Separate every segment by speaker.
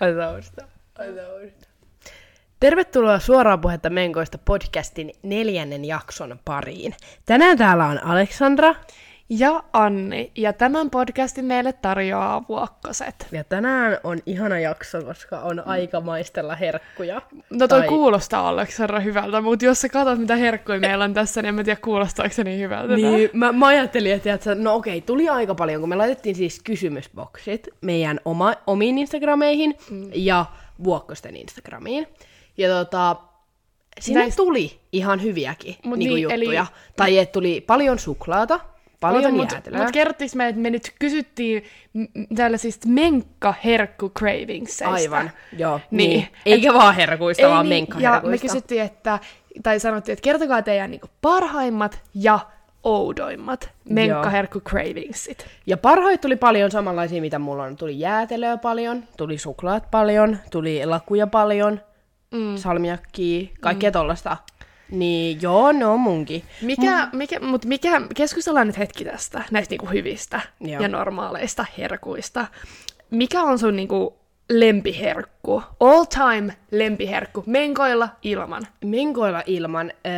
Speaker 1: Asausta. Asausta. Tervetuloa Suoraan puhetta Menkoista podcastin neljännen jakson pariin. Tänään täällä on Aleksandra
Speaker 2: Ja Anni, ja tämän podcastin meille tarjoaa vuokkoset.
Speaker 1: ja tänään on ihana jakso, koska on aika maistella herkkuja.
Speaker 2: No toi
Speaker 1: Tai-
Speaker 2: kuulostaa Aleksandra hyvältä, mutta jos sä katsot mitä herkkuja meillä on tässä, niin en mä tiedä kuulostaako se niin hyvältä.
Speaker 1: Niin, mä, mä ajattelin, että tiedätkö, no okei, tuli aika paljon, kun me laitettiin siis kysymysboksit meidän oma, omiin Instagrameihin mm. ja vuokkosten Instagramiin. Ja tota, sinne
Speaker 2: Näistä-
Speaker 1: tuli ihan hyviäkin
Speaker 2: Mut
Speaker 1: niinku
Speaker 2: niin, eli-
Speaker 1: juttuja. Tai että tuli paljon suklaata, paljon
Speaker 2: Mutta
Speaker 1: jäätelöä.
Speaker 2: mut kerrottiinko me, että me nyt kysyttiin m- tällaisista menkkaherkku-cravingsseista?
Speaker 1: Aivan, joo.
Speaker 2: Niin.
Speaker 1: Niin. Eikä vaan herkuista, vaan
Speaker 2: niin, Ja
Speaker 1: menkkaherkuista.
Speaker 2: me kysyttiin, että, tai sanottiin, että kertokaa teidän niinku parhaimmat ja oudoimmat menkkaherkku-cravingsit.
Speaker 1: Ja parhaita tuli paljon samanlaisia, mitä mulla on. Tuli jäätelöä paljon, tuli suklaat paljon, tuli lakuja paljon, mm. salmiakkia, kaikkea mm. tollasta. Niin joo, ne on munkin.
Speaker 2: Mikä, mikä, mut mikä, keskustellaan nyt hetki tästä, näistä niinku hyvistä
Speaker 1: Joo.
Speaker 2: Joo. ja normaaleista herkuista. Mikä on sun niinku lempiherkku? All time lempiherkku. Menkoilla ilman.
Speaker 1: Menkoilla ilman, öö,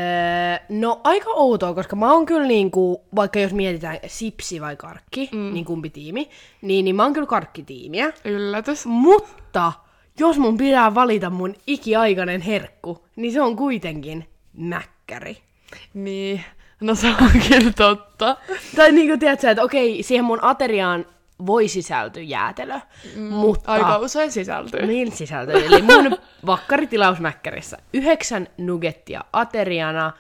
Speaker 1: no aika outoa, koska mä oon kyllä niinku, vaikka jos mietitään sipsi vai karkki, mm. niin kumpi tiimi, niin, niin mä oon kyllä karkkitiimiä.
Speaker 2: Yllätys.
Speaker 1: Mutta jos mun pitää valita mun ikiaikainen herkku, niin se on kuitenkin mäkkäri.
Speaker 2: Niin. No se on kyllä totta.
Speaker 1: Tai niinku tiedätkö, että okei, siihen mun ateriaan voi sisältyä jäätelö, mm, mutta...
Speaker 2: Aika usein sisältyy.
Speaker 1: Niin sisältöä. Eli mun vakkaritilausmäkkärissä yhdeksän nugettia ateriana,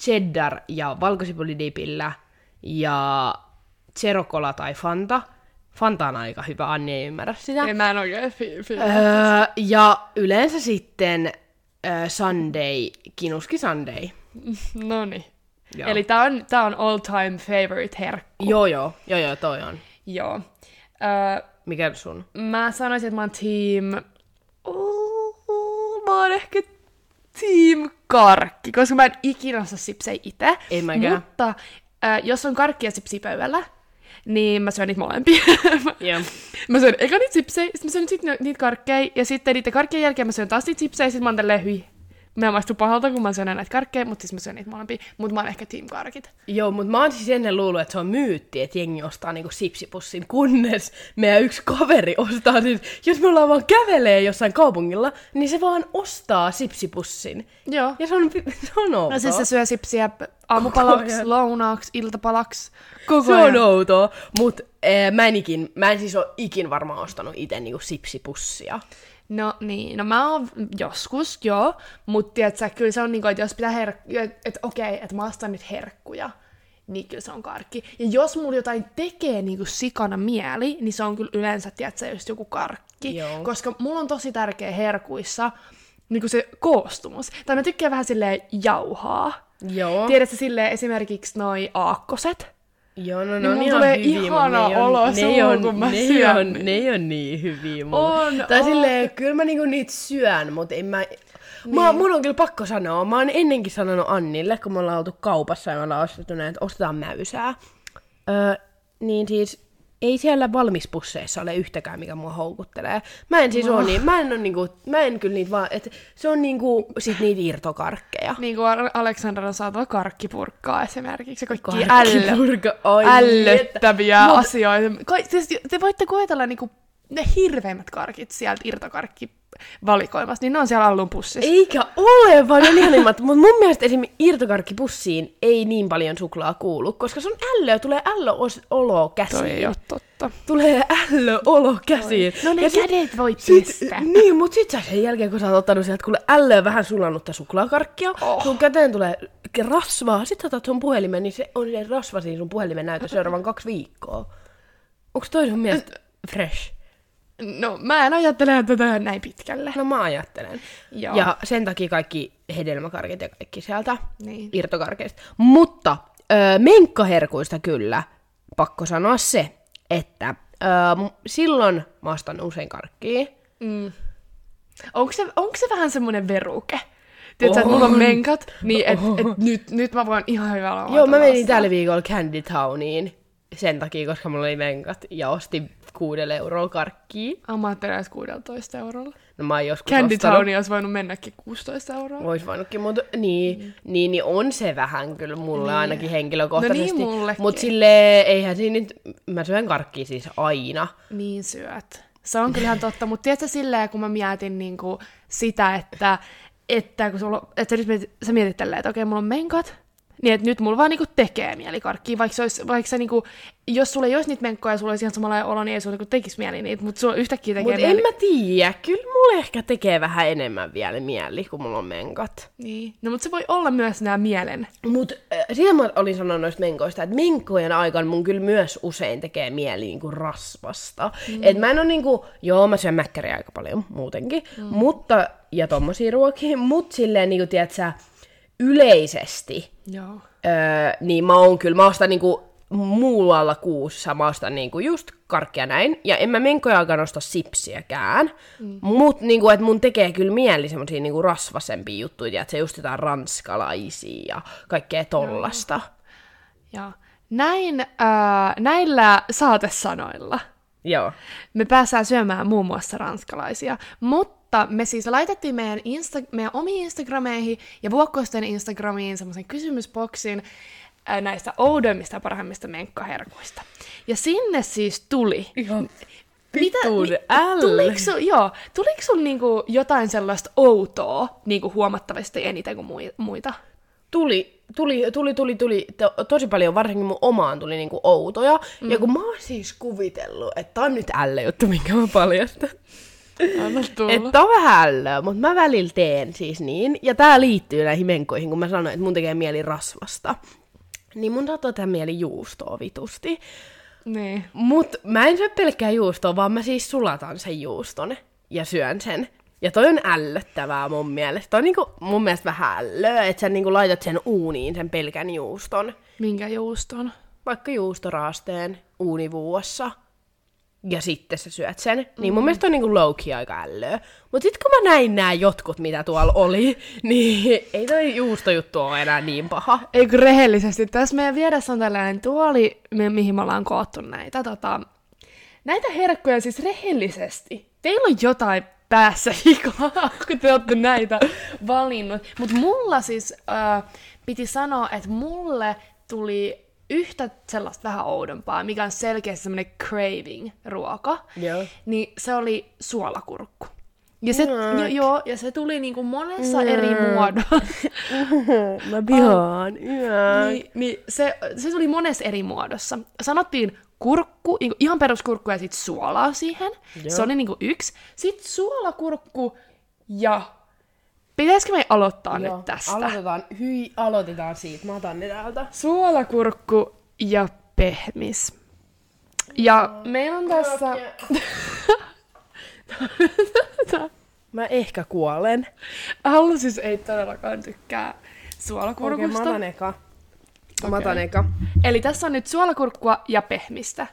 Speaker 1: cheddar ja valkosipulidipillä ja zerokola tai fanta. Fanta on aika hyvä, Anni ei ymmärrä sitä.
Speaker 2: En mä en oikein fi- fi-
Speaker 1: Öö, ja yleensä sitten öö, Sunday, kinuski Sunday.
Speaker 2: No niin.
Speaker 1: Joo.
Speaker 2: Eli tää on, tää on all time favorite herkku.
Speaker 1: Joo joo, joo joo, toi on.
Speaker 2: Joo. Öö,
Speaker 1: Mikä sun?
Speaker 2: Mä sanoisin, että mä oon team... Oh, mä oon ehkä team karkki, koska mä en ikinä osaa sipsejä itse.
Speaker 1: Ei mäkään.
Speaker 2: Mutta äh, jos on karkki ja sipsi pöydällä, niin mä syön niitä molempia.
Speaker 1: Joo.
Speaker 2: mä syön eka niitä sipsejä, sitten mä syön sit ni- niitä karkkeja, ja sitten niiden karkkien jälkeen mä syön taas niitä sipsejä, sitten mä oon tälleen hyi. Mä maistuu pahalta, kun mä syön näitä karkkeja, mutta siis mä syön niitä molempia. Mutta mä oon ehkä team karkit.
Speaker 1: Joo, mutta mä oon siis ennen luullut, että se on myytti, että jengi ostaa niinku sipsipussin, kunnes meidän yksi kaveri ostaa siis, jos me ollaan vaan kävelee jossain kaupungilla, niin se vaan ostaa sipsipussin.
Speaker 2: Joo.
Speaker 1: Ja se on, se on outoa.
Speaker 2: No siis se syö sipsiä
Speaker 1: Koko
Speaker 2: aamupalaksi,
Speaker 1: ajan.
Speaker 2: lounaaksi, iltapalaksi, koko
Speaker 1: se on
Speaker 2: ajan.
Speaker 1: outoa, mutta ee, mä, en ikin, mä en siis ole ikin varmaan ostanut itse niinku sipsipussia.
Speaker 2: No niin, no mä oon joskus, joo, mutta tiedätkö, kyllä se on niinku, että jos pitää herkkuja, että et, okei, että mä ostan nyt herkkuja, niin kyllä se on karkki. Ja jos mulla jotain tekee niinku sikana mieli, niin se on kyllä yleensä, tiedätkö, just joku karkki.
Speaker 1: Joo.
Speaker 2: Koska mulla on tosi tärkeä herkuissa niinku se koostumus. Tai mä tykkään vähän silleen jauhaa.
Speaker 1: Joo.
Speaker 2: Tiedätkö silleen esimerkiksi noi aakkoset?
Speaker 1: Joo, no,
Speaker 2: Niin
Speaker 1: on
Speaker 2: mulla
Speaker 1: ihan
Speaker 2: tulee
Speaker 1: hyviä, mut
Speaker 2: ihana
Speaker 1: ne ei oo-
Speaker 2: olo
Speaker 1: ne ei
Speaker 2: suuhun,
Speaker 1: oo-
Speaker 2: kun mä
Speaker 1: ne ei
Speaker 2: syön
Speaker 1: oo-
Speaker 2: niitä.
Speaker 1: Ne ei ole niin hyviä mulla.
Speaker 2: On,
Speaker 1: tai
Speaker 2: on.
Speaker 1: silleen, kyllä mä niinku niitä syön, mutta en mä... Niin. mä... Mun on kyllä pakko sanoa, mä oon ennenkin sanonut Annille, kun me ollaan oltu kaupassa ja me ollaan ostettu näin, että ostetaan mäysää. Öö, niin siis ei siellä valmispusseissa ole yhtäkään, mikä mua houkuttelee. Mä en siis oo niin, mä en, oo niinku, mä en kyllä niitä vaan, että se on niinku sit niitä irtokarkkeja.
Speaker 2: Niin kuin Aleksandra on saatava karkkipurkkaa esimerkiksi, ja kaikki ällö,
Speaker 1: Karkkipurka, oi
Speaker 2: ällöttäviä niin, Mut... asioita. Ka- siis te voitte koetella niinku ne hirveimmät karkit sieltä irtokarkkivalikoimasta, niin ne on siellä allun pussissa.
Speaker 1: Eikä ole, vaan ne on ihanimmat. Mutta mun mielestä esimerkiksi irtokarkkipussiin ei niin paljon suklaa kuulu, koska se on ällö, tulee ällö-olo
Speaker 2: Toi ei
Speaker 1: käsiin.
Speaker 2: ole totta.
Speaker 1: Tulee ällö-olo käsiin.
Speaker 2: No ne
Speaker 1: Ja sit-
Speaker 2: kädet voi
Speaker 1: sit,
Speaker 2: pestä.
Speaker 1: Niin, mutta sit sä sen jälkeen, kun sä oot ottanut sieltä kuule ällöä vähän sulanutta suklaakarkkia, oh.
Speaker 2: Oh.
Speaker 1: sun käteen tulee rasvaa, sit sä otat sun puhelimen, niin se on se rasva siinä sun puhelimen näytö seuraavan kaksi viikkoa. Onks toi sun mielestä fresh?
Speaker 2: No mä en ajattele tätä näin pitkälle.
Speaker 1: No mä ajattelen.
Speaker 2: Joo.
Speaker 1: Ja sen takia kaikki hedelmäkarkit ja kaikki sieltä
Speaker 2: Niin.
Speaker 1: irtokarkeista. Mutta ö, menkkaherkuista kyllä pakko sanoa se, että ö, m- silloin mä ostan usein karkkia.
Speaker 2: Onko se, onko se vähän semmoinen veruke? Tiedätkö, että mulla on menkat, niin et, et nyt, nyt mä voin ihan hyvällä
Speaker 1: Joo, mä
Speaker 2: omalla
Speaker 1: menin
Speaker 2: vastaan.
Speaker 1: tällä viikolla Candy Towniin. sen takia, koska mulla oli venkat ja ostin kuudella eurolla karkkia.
Speaker 2: Ah, mä ajattelin, että 16 eurolla.
Speaker 1: No mä oon joskus
Speaker 2: Candy
Speaker 1: ostanut.
Speaker 2: Towni olisi voinut mennäkin 16 euroa.
Speaker 1: Ois voinutkin, mutta niin, mm. niin, niin on se vähän kyllä mulle niin. ainakin henkilökohtaisesti.
Speaker 2: No niin, mullekin.
Speaker 1: Mutta sille eihän siinä nyt, mä syön karkkia siis aina.
Speaker 2: Niin syöt. Se on kyllähän totta, mutta tiedätkö silleen, kun mä mietin niin kuin sitä, että, että kun sulla, on- että nyt mietit, sä mietit tälleen, että okei, mulla on menkat, niin että nyt mulla vaan niinku tekee mieli karkkia, vaikka se olisi, vaikka se niinku, jos sulla ei olisi niitä menkkoja ja sulla olisi ihan samanlainen olo, niin ei sulla niinku tekisi mieli niitä, mutta sulla yhtäkkiä tekee
Speaker 1: Mutta en
Speaker 2: mieli.
Speaker 1: mä tiedä, kyllä mulle ehkä tekee vähän enemmän vielä mieli, kun mulla on menkat.
Speaker 2: Niin. No mutta se voi olla myös nämä mielen.
Speaker 1: Mut äh, sitä mä olin sanonut noista menkoista, että menkojen aikaan mun kyllä myös usein tekee mieli niinku rasvasta. Mm. Et mä en oo niinku, joo mä syön mäkkäriä aika paljon muutenkin, mm. mutta, ja tommosia ruokia, mut silleen niinku, tiedät sä, yleisesti,
Speaker 2: Joo.
Speaker 1: öö, niin mä oon kyllä, mä ostan niinku muualla kuussa, mä ostan niinku just karkkia näin, ja en mä menkojakaan osta sipsiäkään, mm. mut niinku, et mun tekee kyllä mieli semmosia niinku rasvasempia juttuja, että se just jotain ranskalaisia ja kaikkea tollasta.
Speaker 2: Joo. Näin, äh, näillä saatesanoilla
Speaker 1: Joo.
Speaker 2: me päästään syömään muun muassa ranskalaisia, mutta me siis laitettiin meidän, Insta- meidän omiin Instagrameihin ja vuokkoisten Instagramiin semmoisen kysymysboksin äh, näistä oudoimmista ja parhaimmista menkkaherkuista. Ja sinne siis tuli...
Speaker 1: Ihan
Speaker 2: mi- Tuliko sul, joo, tuliko sul niinku jotain sellaista outoa niinku huomattavasti eniten kuin mui- muita?
Speaker 1: Tuli, tuli, tuli, tuli, tuli to, tosi paljon, varsinkin mun omaan tuli niinku outoja. Mm. Ja kun mä oon siis kuvitellut, että tää on nyt älle juttu, minkä mä paljastan.
Speaker 2: Anna
Speaker 1: Että on vähän ällöä, mutta mä välillä teen siis niin. Ja tää liittyy näihin menkoihin, kun mä sanoin, että mun tekee mieli rasvasta. Niin mun saattaa tehdä mieli juustoa vitusti.
Speaker 2: Niin.
Speaker 1: Mut mä en syö pelkkää juustoa, vaan mä siis sulatan sen juuston ja syön sen. Ja toi on ällöttävää mun mielestä. Toi on niinku mun mielestä vähän ällöä, että sä niinku laitat sen uuniin sen pelkän juuston.
Speaker 2: Minkä juuston?
Speaker 1: Vaikka juustoraasteen uunivuossa. Ja sitten sä syöt sen. Niin mun mielestä on niinku low-key aika ällöä. Mut sit kun mä näin nää jotkut, mitä tuolla oli, niin ei toi juustojuttu ole enää niin paha.
Speaker 2: Ei kun rehellisesti. Tässä meidän vieressä on tällainen tuoli, mi- mihin me ollaan koottu näitä, tota, näitä herkkuja siis rehellisesti. Teillä on jotain päässä vikaa, kun te olette näitä valinnut. Mutta mulla siis äh, piti sanoa, että mulle tuli yhtä sellaista vähän oudompaa, mikä on selkeästi semmoinen craving-ruoka.
Speaker 1: Joo.
Speaker 2: Niin se oli suolakurkku. Ja se, jo, joo, ja se tuli niinku monessa eri muodossa.
Speaker 1: Mä vihaan. Oh.
Speaker 2: Niin, niin se, se tuli monessa eri muodossa. Sanottiin kurkku, niinku ihan peruskurkku ja sitten suolaa siihen. Joo. Se oli niinku yksi. Sitten suolakurkku ja... Pitäisikö me aloittaa Joo. nyt tästä?
Speaker 1: Aloitetaan, hyi, aloitetaan siitä. Mä otan ne täältä.
Speaker 2: Suolakurkku ja pehmis. Ja meillä on tässä...
Speaker 1: Mä ehkä kuolen.
Speaker 2: Hallu siis ei todellakaan tykkää
Speaker 1: Okei, mä
Speaker 2: suolakurkusta.
Speaker 1: otan eka. Mä otan eka.
Speaker 2: Eli tässä on nyt suolakurkkua ja pehmistä.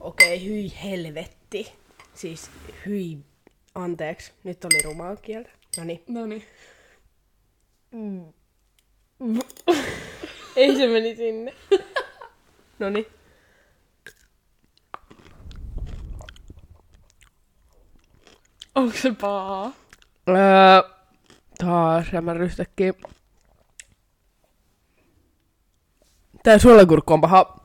Speaker 1: Okei, hyi helvetti. Siis hyi, anteeksi, nyt oli rumaa kieltä. Noniin.
Speaker 2: No niin. Mm.
Speaker 1: Ei se meni sinne. Noniin.
Speaker 2: Onko se paha?
Speaker 1: Öö, taas mä ryhtäkkiä. Tää suolakurkku on paha.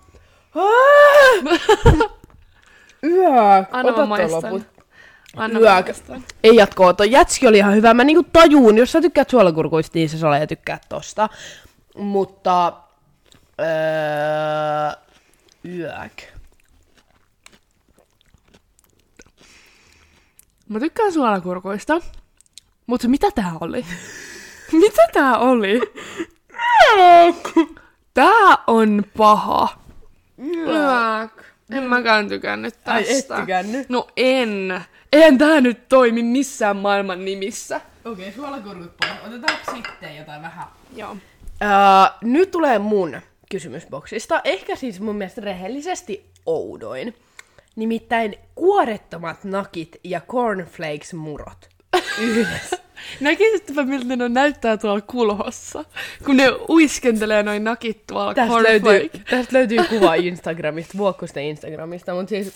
Speaker 1: Yök,
Speaker 2: Anna mä maistan. Anna mä
Speaker 1: Yök.
Speaker 2: maistan.
Speaker 1: Ei jatkoa, toi jätski oli ihan hyvä. Mä niinku tajuun, jos sä tykkäät suolakurkuista, niin sä sale ja tykkäät tosta. Mutta... Öö, yök.
Speaker 2: Mä tykkään suolakurkuista, mutta mitä tää oli? mitä tää oli? Tää on paha. Mm. Yök. En mäkään tykännyt tästä.
Speaker 1: Ai, et tykännyt?
Speaker 2: No en. Eihän tää nyt toimi missään maailman nimissä.
Speaker 1: Okei, okay, suolakurkut pois. Otetaanko sitten jotain vähän?
Speaker 2: Joo.
Speaker 1: Öö, nyt tulee mun kysymysboksista. Ehkä siis mun mielestä rehellisesti oudoin. Nimittäin kuorettomat nakit ja cornflakes murot. Yhdessä.
Speaker 2: Näkisittepä miltä ne näyttää tuolla kulhossa, kun ne uiskentelee noin nakit tuolla
Speaker 1: Tästä löytyy,
Speaker 2: cornflake-
Speaker 1: tästä löytyy kuva Instagramista, vuokkusten Instagramista, mutta siis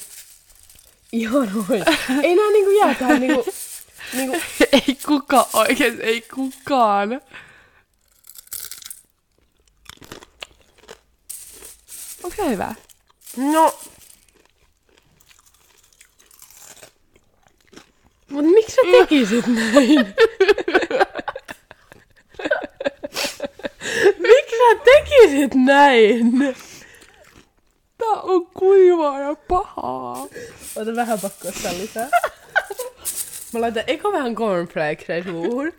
Speaker 1: ihan oikein. Ei nää niinku jää tähän niinku, niinku
Speaker 2: ei kuka oikein, ei kukaan. Onko se hyvä?
Speaker 1: No. Mut miksi sä tekisit näin? miksi sä tekisit näin?
Speaker 2: Tää on kuivaa ja pahaa.
Speaker 1: Ota vähän pakko ottaa lisää. Mä laitan eka vähän cornflakesia suuhun.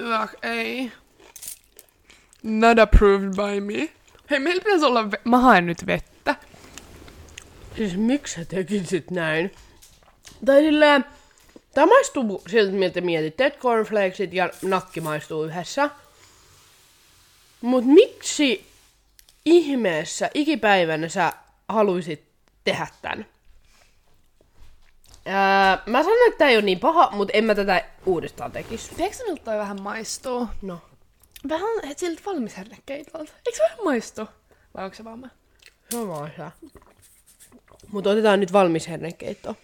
Speaker 2: Ugh, ei. Not approved by me. Hei, meillä pitäisi olla... Ve- Mä haen nyt vettä.
Speaker 1: Siis miksi sä tekisit näin? Tai silleen, tää maistuu siltä miltä mietitte, että cornflakesit ja nakki maistuu yhdessä. Mut miksi ihmeessä ikipäivänä sä haluisit tehdä tän? Ää, mä sanon, että tää ei ole niin paha, mut en mä tätä uudestaan tekis.
Speaker 2: Tiedätkö miltä toi vähän maistuu?
Speaker 1: No.
Speaker 2: Vähän et siltä valmis hernekeitolta. Eikö se vähän maistu? Vai onko se vaan mä?
Speaker 1: Sama asia. Mut otetaan nyt valmis hernekeitto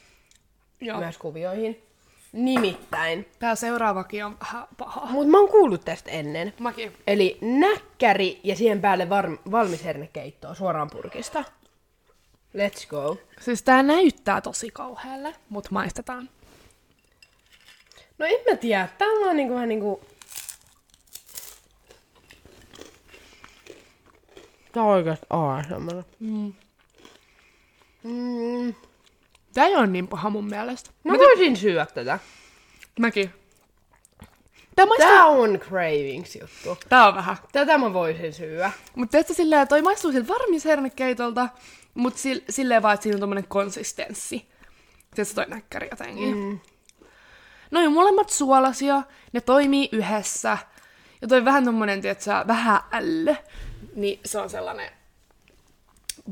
Speaker 2: Joo.
Speaker 1: myös kuvioihin. Nimittäin.
Speaker 2: Tää seuraavakin on vähän paha.
Speaker 1: Mut mä oon kuullut tästä ennen.
Speaker 2: Mäkin.
Speaker 1: Eli näkkäri ja siihen päälle var- valmis hernekeittoa suoraan purkista. Let's go.
Speaker 2: Siis tää näyttää tosi kauhealle, mut maistetaan.
Speaker 1: No en mä tiedä, tää on vaan niinku vähän niinku... Tää on oikeesti ASMR. Mm.
Speaker 2: Tää ei oo niin paha mun mielestä.
Speaker 1: Mä voisin syödä tätä.
Speaker 2: Mäkin. Tää maistuu... Tää,
Speaker 1: Tää on cravings juttu.
Speaker 2: tää on vähän.
Speaker 1: Tätä mä voisin syödä.
Speaker 2: Mut teetkö silleen, toi maistuu siltä varmis hernekeitolta, mut sil, silleen vaan, että siinä on tommonen konsistenssi. Tiedätkö toi näkkäri jotenkin. Mm. No ja molemmat suolasia, ne toimii yhdessä. Ja toi vähän tommonen, tiedätkö, vähän ällö. Niin se on sellainen,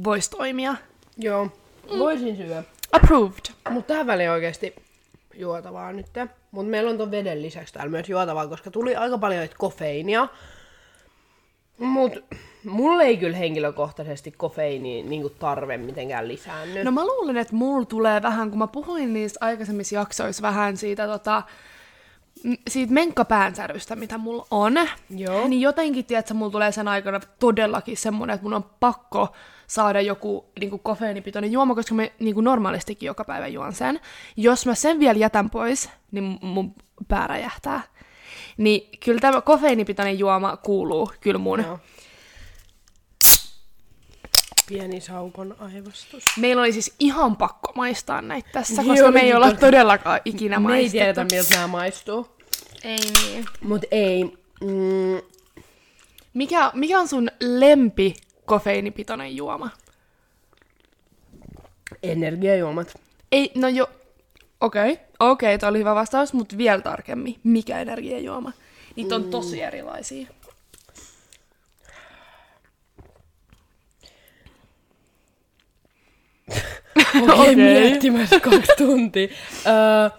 Speaker 2: vois toimia.
Speaker 1: Joo, voisin syödä.
Speaker 2: Approved.
Speaker 1: Mutta tähän väliin oikeasti juotavaa nyt. Mutta meillä on ton veden lisäksi täällä myös juotavaa, koska tuli aika paljon et kofeiinia. Mut mulle ei kyllä henkilökohtaisesti kofeiiniin niinku tarve mitenkään lisäänny.
Speaker 2: No mä luulen, että mulla tulee vähän, kun mä puhuin niissä aikaisemmissa jaksoissa vähän siitä, tota, m- siitä menkkapäänsärystä, mitä mulla on.
Speaker 1: Joo.
Speaker 2: Niin jotenkin, tiedätkö, mulla tulee sen aikana todellakin semmoinen, että mun on pakko saada joku niin kofeiinipitoinen juoma, koska mä niin normaalistikin joka päivä juon sen. Jos mä sen vielä jätän pois, niin mun pää räjähtää. Niin kyllä tämä kofeiinipitoinen juoma kuuluu kyllä mun
Speaker 1: Joo. Pieni saukon aivastus.
Speaker 2: Meillä oli siis ihan pakko maistaa näitä tässä,
Speaker 1: Niin
Speaker 2: koska me ei
Speaker 1: olikin
Speaker 2: olla
Speaker 1: tosi-
Speaker 2: todellakaan ikinä
Speaker 1: Me ei
Speaker 2: maistettu.
Speaker 1: tiedetä, miltä nämä maistuu.
Speaker 2: Ei niin.
Speaker 1: Mut ei. Mm,
Speaker 2: Mikä, mikä on sun lempi kofeiinipitoinen juoma?
Speaker 1: energiajuomat.
Speaker 2: Ei, no jo... Okei, okay. okei, okay, toi oli hyvä vastaus, mutta vielä tarkemmin. Mikä energiajuoma? Niitä
Speaker 1: Mm.
Speaker 2: on tosi erilaisia.
Speaker 1: Okei, okay.
Speaker 2: Okei.
Speaker 1: miettimässä kaksi tuntia. Öö,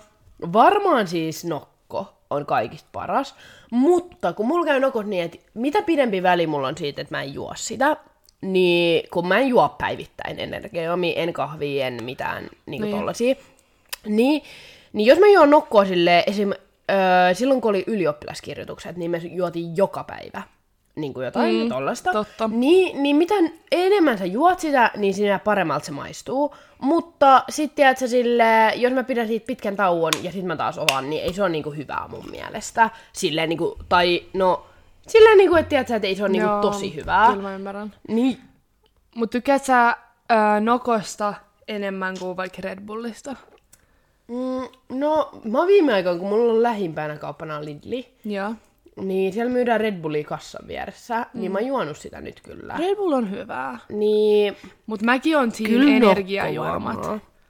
Speaker 1: varmaan siis nokko on kaikista paras, mutta kun mulla käy nokot niin, että mitä pidempi väli mulla on siitä, että mä en juo sitä, niin kun mä en juo päivittäin energiajuomia, en kahvia, en mitään niinku
Speaker 2: Niin.
Speaker 1: niin. tollasia, niin, niin jos mä juon nokkoa silleen, esim, öö, silloin kun oli ylioppilaskirjoitukset, niin me juotiin joka päivä niin kuin jotain
Speaker 2: Mm,
Speaker 1: mm, tollasta.
Speaker 2: totta.
Speaker 1: Niin, niin mitä enemmän sä juot sitä, niin sinä paremmalta se maistuu. Mutta sitten tiedät sä sille, jos mä pidän siitä pitkän tauon ja sitten mä taas otan, niin ei se ole niinku hyvää mun mielestä. Silleen niinku, tai no, silleen niinku, että tiedät sä, että ei se ole niinku
Speaker 2: Joo,
Speaker 1: tosi hyvää.
Speaker 2: Kyllä mä ymmärrän.
Speaker 1: Niin,
Speaker 2: Mut tykäät sä ää, nokosta enemmän kuin vaikka Red Bullista?
Speaker 1: mm, no, mä oon viime aikoina, kun mulla on lähimpänä kauppana Lidli,
Speaker 2: Joo.
Speaker 1: niin siellä myydään Red Bullia kassan vieressä, mm. niin mä oon juonut sitä nyt kyllä.
Speaker 2: Red Bull on hyvää.
Speaker 1: Niin,
Speaker 2: Mut mäkin on team
Speaker 1: kyllä
Speaker 2: energiajuomat.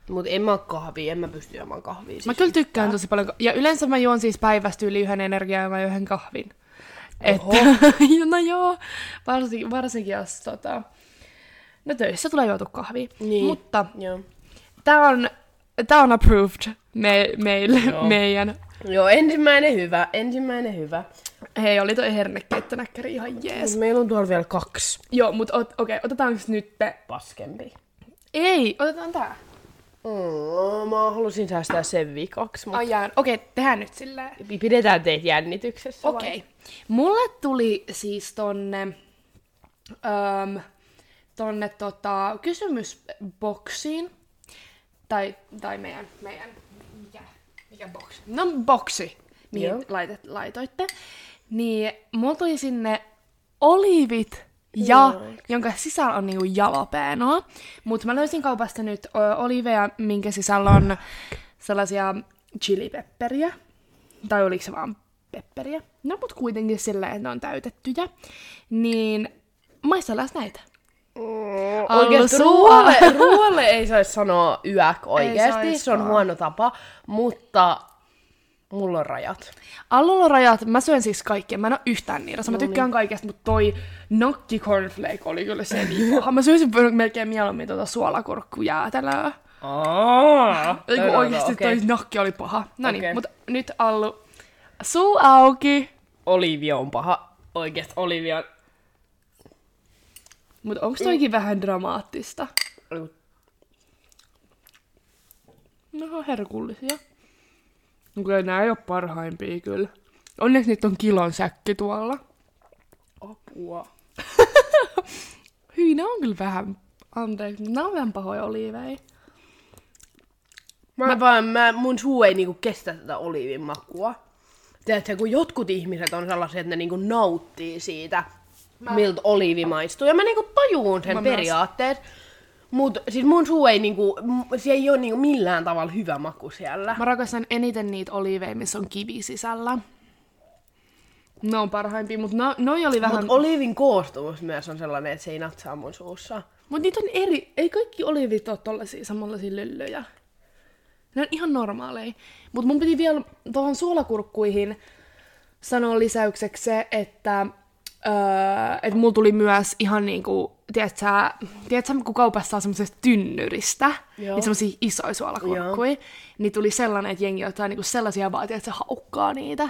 Speaker 1: Mutta en mä oo kahvia, en mä pysty juomaan kahvia. Siis.
Speaker 2: Mä kyllä tykkään tosi paljon. Ja yleensä mä juon siis päivästä yli yhden energiaa ja mä yhden kahvin. Että, no joo, varsinkin, varsinkin jos tota, No töissä tulee juotu kahvi.
Speaker 1: Niin.
Speaker 2: Mutta
Speaker 1: Joo.
Speaker 2: tää on, tää on approved me, meille, meidän.
Speaker 1: Joo, ensimmäinen hyvä, ensimmäinen hyvä.
Speaker 2: Hei, oli toi hernekeittönäkkäri ihan jees.
Speaker 1: Mut meillä on tuolla vielä kaksi
Speaker 2: Joo, mut ot, okei, otetaanko nyt te?
Speaker 1: paskempi.
Speaker 2: Ei, otetaan tää.
Speaker 1: Mm, mä halusin säästää sen viikoksi, mutta
Speaker 2: Ajan. Okei, tehdään nyt silleen.
Speaker 1: pidetään teitä jännityksessä. vai?
Speaker 2: Okei. Mulle tuli siis tonne, äm, tonne tota, kysymysboksiin, tai, tai meidän, meidän mikä, mikä boksi? No boksi, mihin
Speaker 1: Joo.
Speaker 2: laitet, laitoitte. Niin mulla tuli sinne oliivit ja,
Speaker 1: Joo.
Speaker 2: jonka sisällä on niinku jalapeenoa. Mutta mä löysin kaupasta nyt ö, oliiveja, minkä sisällä on sellaisia chilipepperiä. Tai oliko se vaan pepperiä? No mut kuitenkin silleen, että ne on täytettyjä. Niin maistellaan näitä.
Speaker 1: Mm,
Speaker 2: Allu
Speaker 1: oikeesti
Speaker 2: sua.
Speaker 1: ruoalle, ruoalle ei saisi sanoa yäk oikeesti, se on
Speaker 2: saiskaan. huono
Speaker 1: huono tapa, mutta mulla on rajat.
Speaker 2: Allulla rajat, mä syön siis kaikkea. Mä en oo yhtään niitä. Mä tykkään kaikesta, mutta toi nakki cornflake oli kyllä se niin paha. Mä syösin melkein mieluummin tuota suolakurkkujäätelöä.
Speaker 1: Aa,
Speaker 2: Ei kun oikeesti toi nakki oli paha. No niin,
Speaker 1: Okei.
Speaker 2: mutta nyt Allu, suu auki.
Speaker 1: Olivia on paha. Oikeesti Olivia on...
Speaker 2: Mutta onko toikin vähän dramaattista? No ne on herkullisia. No kyllä nää ei oo parhaimpia kyllä. Onneksi niitä on kilon säkki tuolla.
Speaker 1: Apua.
Speaker 2: Hyi, ne on kyllä vähän, anteeksi, mutta nää on vähän pahoja oliiveja.
Speaker 1: Mä, mä vaan, mä, mun suu ei niinku kestä tätä oliivin makua. Tiedätkö, kun jotkut ihmiset on sellaisia, että ne niinku nauttii siitä, mä... miltä oliivi maistuu. Ja mä niinku tajuun sen mä
Speaker 2: Mä myös.
Speaker 1: periaatteet. Mut siis mun suu ei niinku, m- se ei ole niinku millään tavalla hyvä maku siellä.
Speaker 2: Mä rakastan eniten niitä oliiveja, missä on kivi sisällä. Ne on parhaimpia, mutta no, noi oli vähän...
Speaker 1: Mut oliivin koostumus myös on sellainen, että se ei natsaa mun suussa.
Speaker 2: Mut niitä on eri, ei kaikki oliivit ole tollasia samanlaisia löllöjä. Ne on ihan normaaleja. Mut mun piti vielä tuohon suolakurkkuihin sanoa lisäykseksi se, että öö, et mulla tuli myös ihan niinku, tiedät sä, tiedät sä kun kaupassa on semmoisesta tynnyristä,
Speaker 1: Joo.
Speaker 2: niin semmosia isoja suolakurkkuja, niin tuli sellainen, että jengi ottaa niinku sellaisia vaan, että se haukkaa niitä.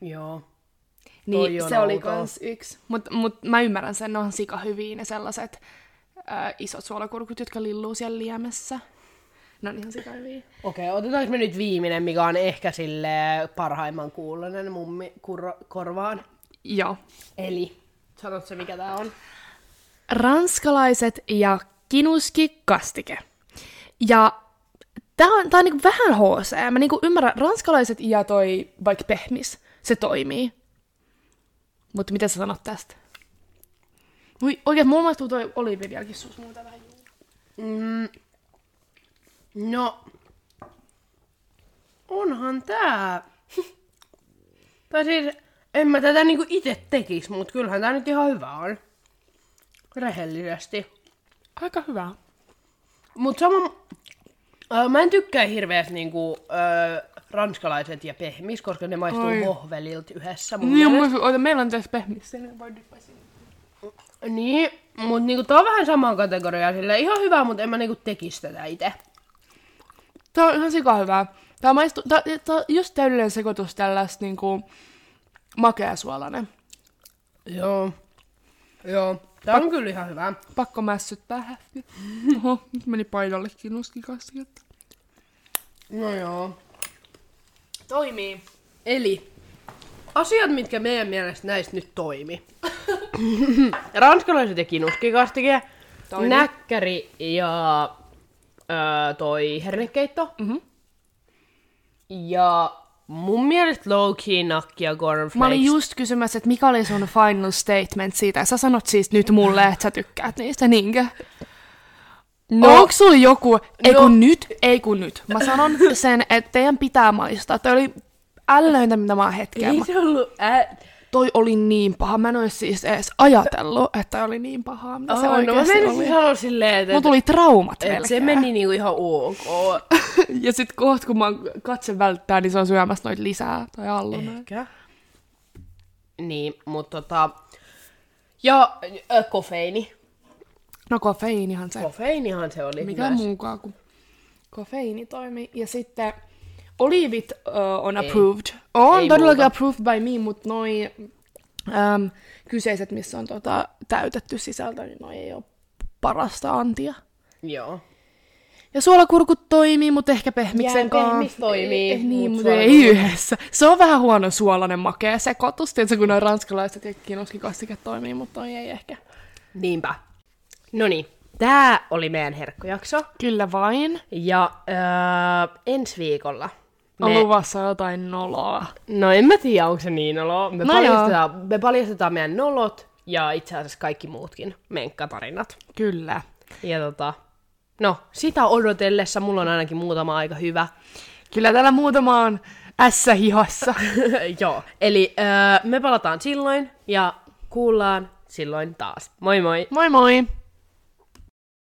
Speaker 1: Joo.
Speaker 2: Niin
Speaker 1: on
Speaker 2: se oli
Speaker 1: outoa.
Speaker 2: kans yksi. Mut, mut mä ymmärrän sen, ne on sika hyviä ne sellaiset äh, isot suolakurkut, jotka lilluu siellä liemessä. Ne on ihan sika hyviä.
Speaker 1: Okei, otetaanko me nyt viimeinen, mikä on ehkä sille parhaimman kuulonen mummi kurro- korvaan?
Speaker 2: Joo.
Speaker 1: Eli, sanot se mikä tää on?
Speaker 2: Ranskalaiset ja kinuski kastike. Ja tää on, tää on niinku vähän HC. Mä niinku ymmärrän, ranskalaiset ja toi vaikka pehmis, se toimii. Mut mitä sä sanot tästä? Voi oikein, mulla maistuu toi oliivi vieläkin sus muuta vähän.
Speaker 1: No, onhan tää. tai siis, en mä tätä niinku itse tekis, mut kyllähän tää nyt ihan hyvä on. Rehellisesti.
Speaker 2: Aika hyvää.
Speaker 1: Mut sama, ö, mä en tykkää hirveästi niinku, ö, ranskalaiset ja pehmis, koska ne maistuu
Speaker 2: Oi.
Speaker 1: vohvelilta yhdessä mun
Speaker 2: Niin,
Speaker 1: mielestä.
Speaker 2: mä, oota, meillä on tässä pehmissä. Sen voi dyppää sinne.
Speaker 1: Niin, mut niinku tää on vähän samaan kategoriaan sille ihan hyvä, mut en mä niinku tekis tätä itse.
Speaker 2: Tää on ihan sika hyvää. Tää maistuu, tää, tää on just täydellinen sekoitus tällaista niinku makeasuolainen.
Speaker 1: Joo. Joo. Tää on kyllä ihan hyvä.
Speaker 2: Pakko mässyttää hästi. Oho, nyt meni painolle kinuskikastiketta.
Speaker 1: No joo.
Speaker 2: Toimii.
Speaker 1: Eli asiat, mitkä meidän mielestä näistä nyt toimi. Ranskalaiset ja kinuskikastike,
Speaker 2: Toimi.
Speaker 1: näkkäri ja öö, toi hernekeitto. Mm-hmm. Ja mun mielestä low key nakki ja cornflakes.
Speaker 2: Mä olin just kysymässä, että mikä oli sun final statement siitä. Sä sanot siis nyt mulle, että sä tykkäät niistä, niinkö? No. Onko sulla joku, ei
Speaker 1: No.
Speaker 2: kun nyt, ei kun nyt. Mä sanon sen, että teidän pitää maistaa. Toi oli ällöintä, mitä mä oon hetkeä.
Speaker 1: Ei se ollut ä-
Speaker 2: Toi oli niin paha. Mä en ois siis edes ajatellut, että toi oli niin pahaa, mitä
Speaker 1: Aa,
Speaker 2: se
Speaker 1: no mä
Speaker 2: oikeasti
Speaker 1: menisin
Speaker 2: oli.
Speaker 1: sanoa silleen, että...
Speaker 2: Mulla tuli traumat
Speaker 1: Et
Speaker 2: melkein.
Speaker 1: se meni niinku ihan ok.
Speaker 2: Ja sit kohta, kun mä oon katse välttää, niin se on syömässä noit lisää. Tai allu noin.
Speaker 1: Ehkä. Niin, mutta tota... Ja ö, kofeini.
Speaker 2: No kofeiinihan se.
Speaker 1: Kofeinihan se oli
Speaker 2: Mikä
Speaker 1: myös.
Speaker 2: muukaan kuin kofeiini toimii. Ja sitten oliivit uh, on approved. On
Speaker 1: Ei
Speaker 2: todellakin
Speaker 1: muuta.
Speaker 2: approved by me, mutta noi äm, kyseiset, missä on tota, täytetty sisältö, niin noi ei ole parasta antia.
Speaker 1: Joo.
Speaker 2: Ja suolakurkut toimii, mutta ehkä pehmiksen
Speaker 1: Jää pehmis toimii,
Speaker 2: Ei, niin,
Speaker 1: mut
Speaker 2: mutta ei yhdessä. Se on vähän huono suolainen makea sekoitus, tietysti kun on ranskalaiset ja kinoskikastiket toimii, mutta toi ei ehkä.
Speaker 1: Niinpä. No niin, tää oli meidän herkkujakso.
Speaker 2: Kyllä vain.
Speaker 1: Ja öö, ensi viikolla
Speaker 2: On
Speaker 1: me...
Speaker 2: luvassa jotain noloa.
Speaker 1: No en mä tiedä, onko se niin olo. Me,
Speaker 2: No
Speaker 1: paljastetaan, me paljastetaan meidän nolot ja itse asiassa kaikki muutkin menkkatarinat.
Speaker 2: Kyllä.
Speaker 1: Ja tota, no, sitä odotellessa mulla on ainakin muutama aika hyvä.
Speaker 2: Kyllä täällä muutama on ässä hihassa.
Speaker 1: Joo, eli öö, me palataan silloin ja kuullaan silloin taas. Moi moi!
Speaker 2: Moi moi!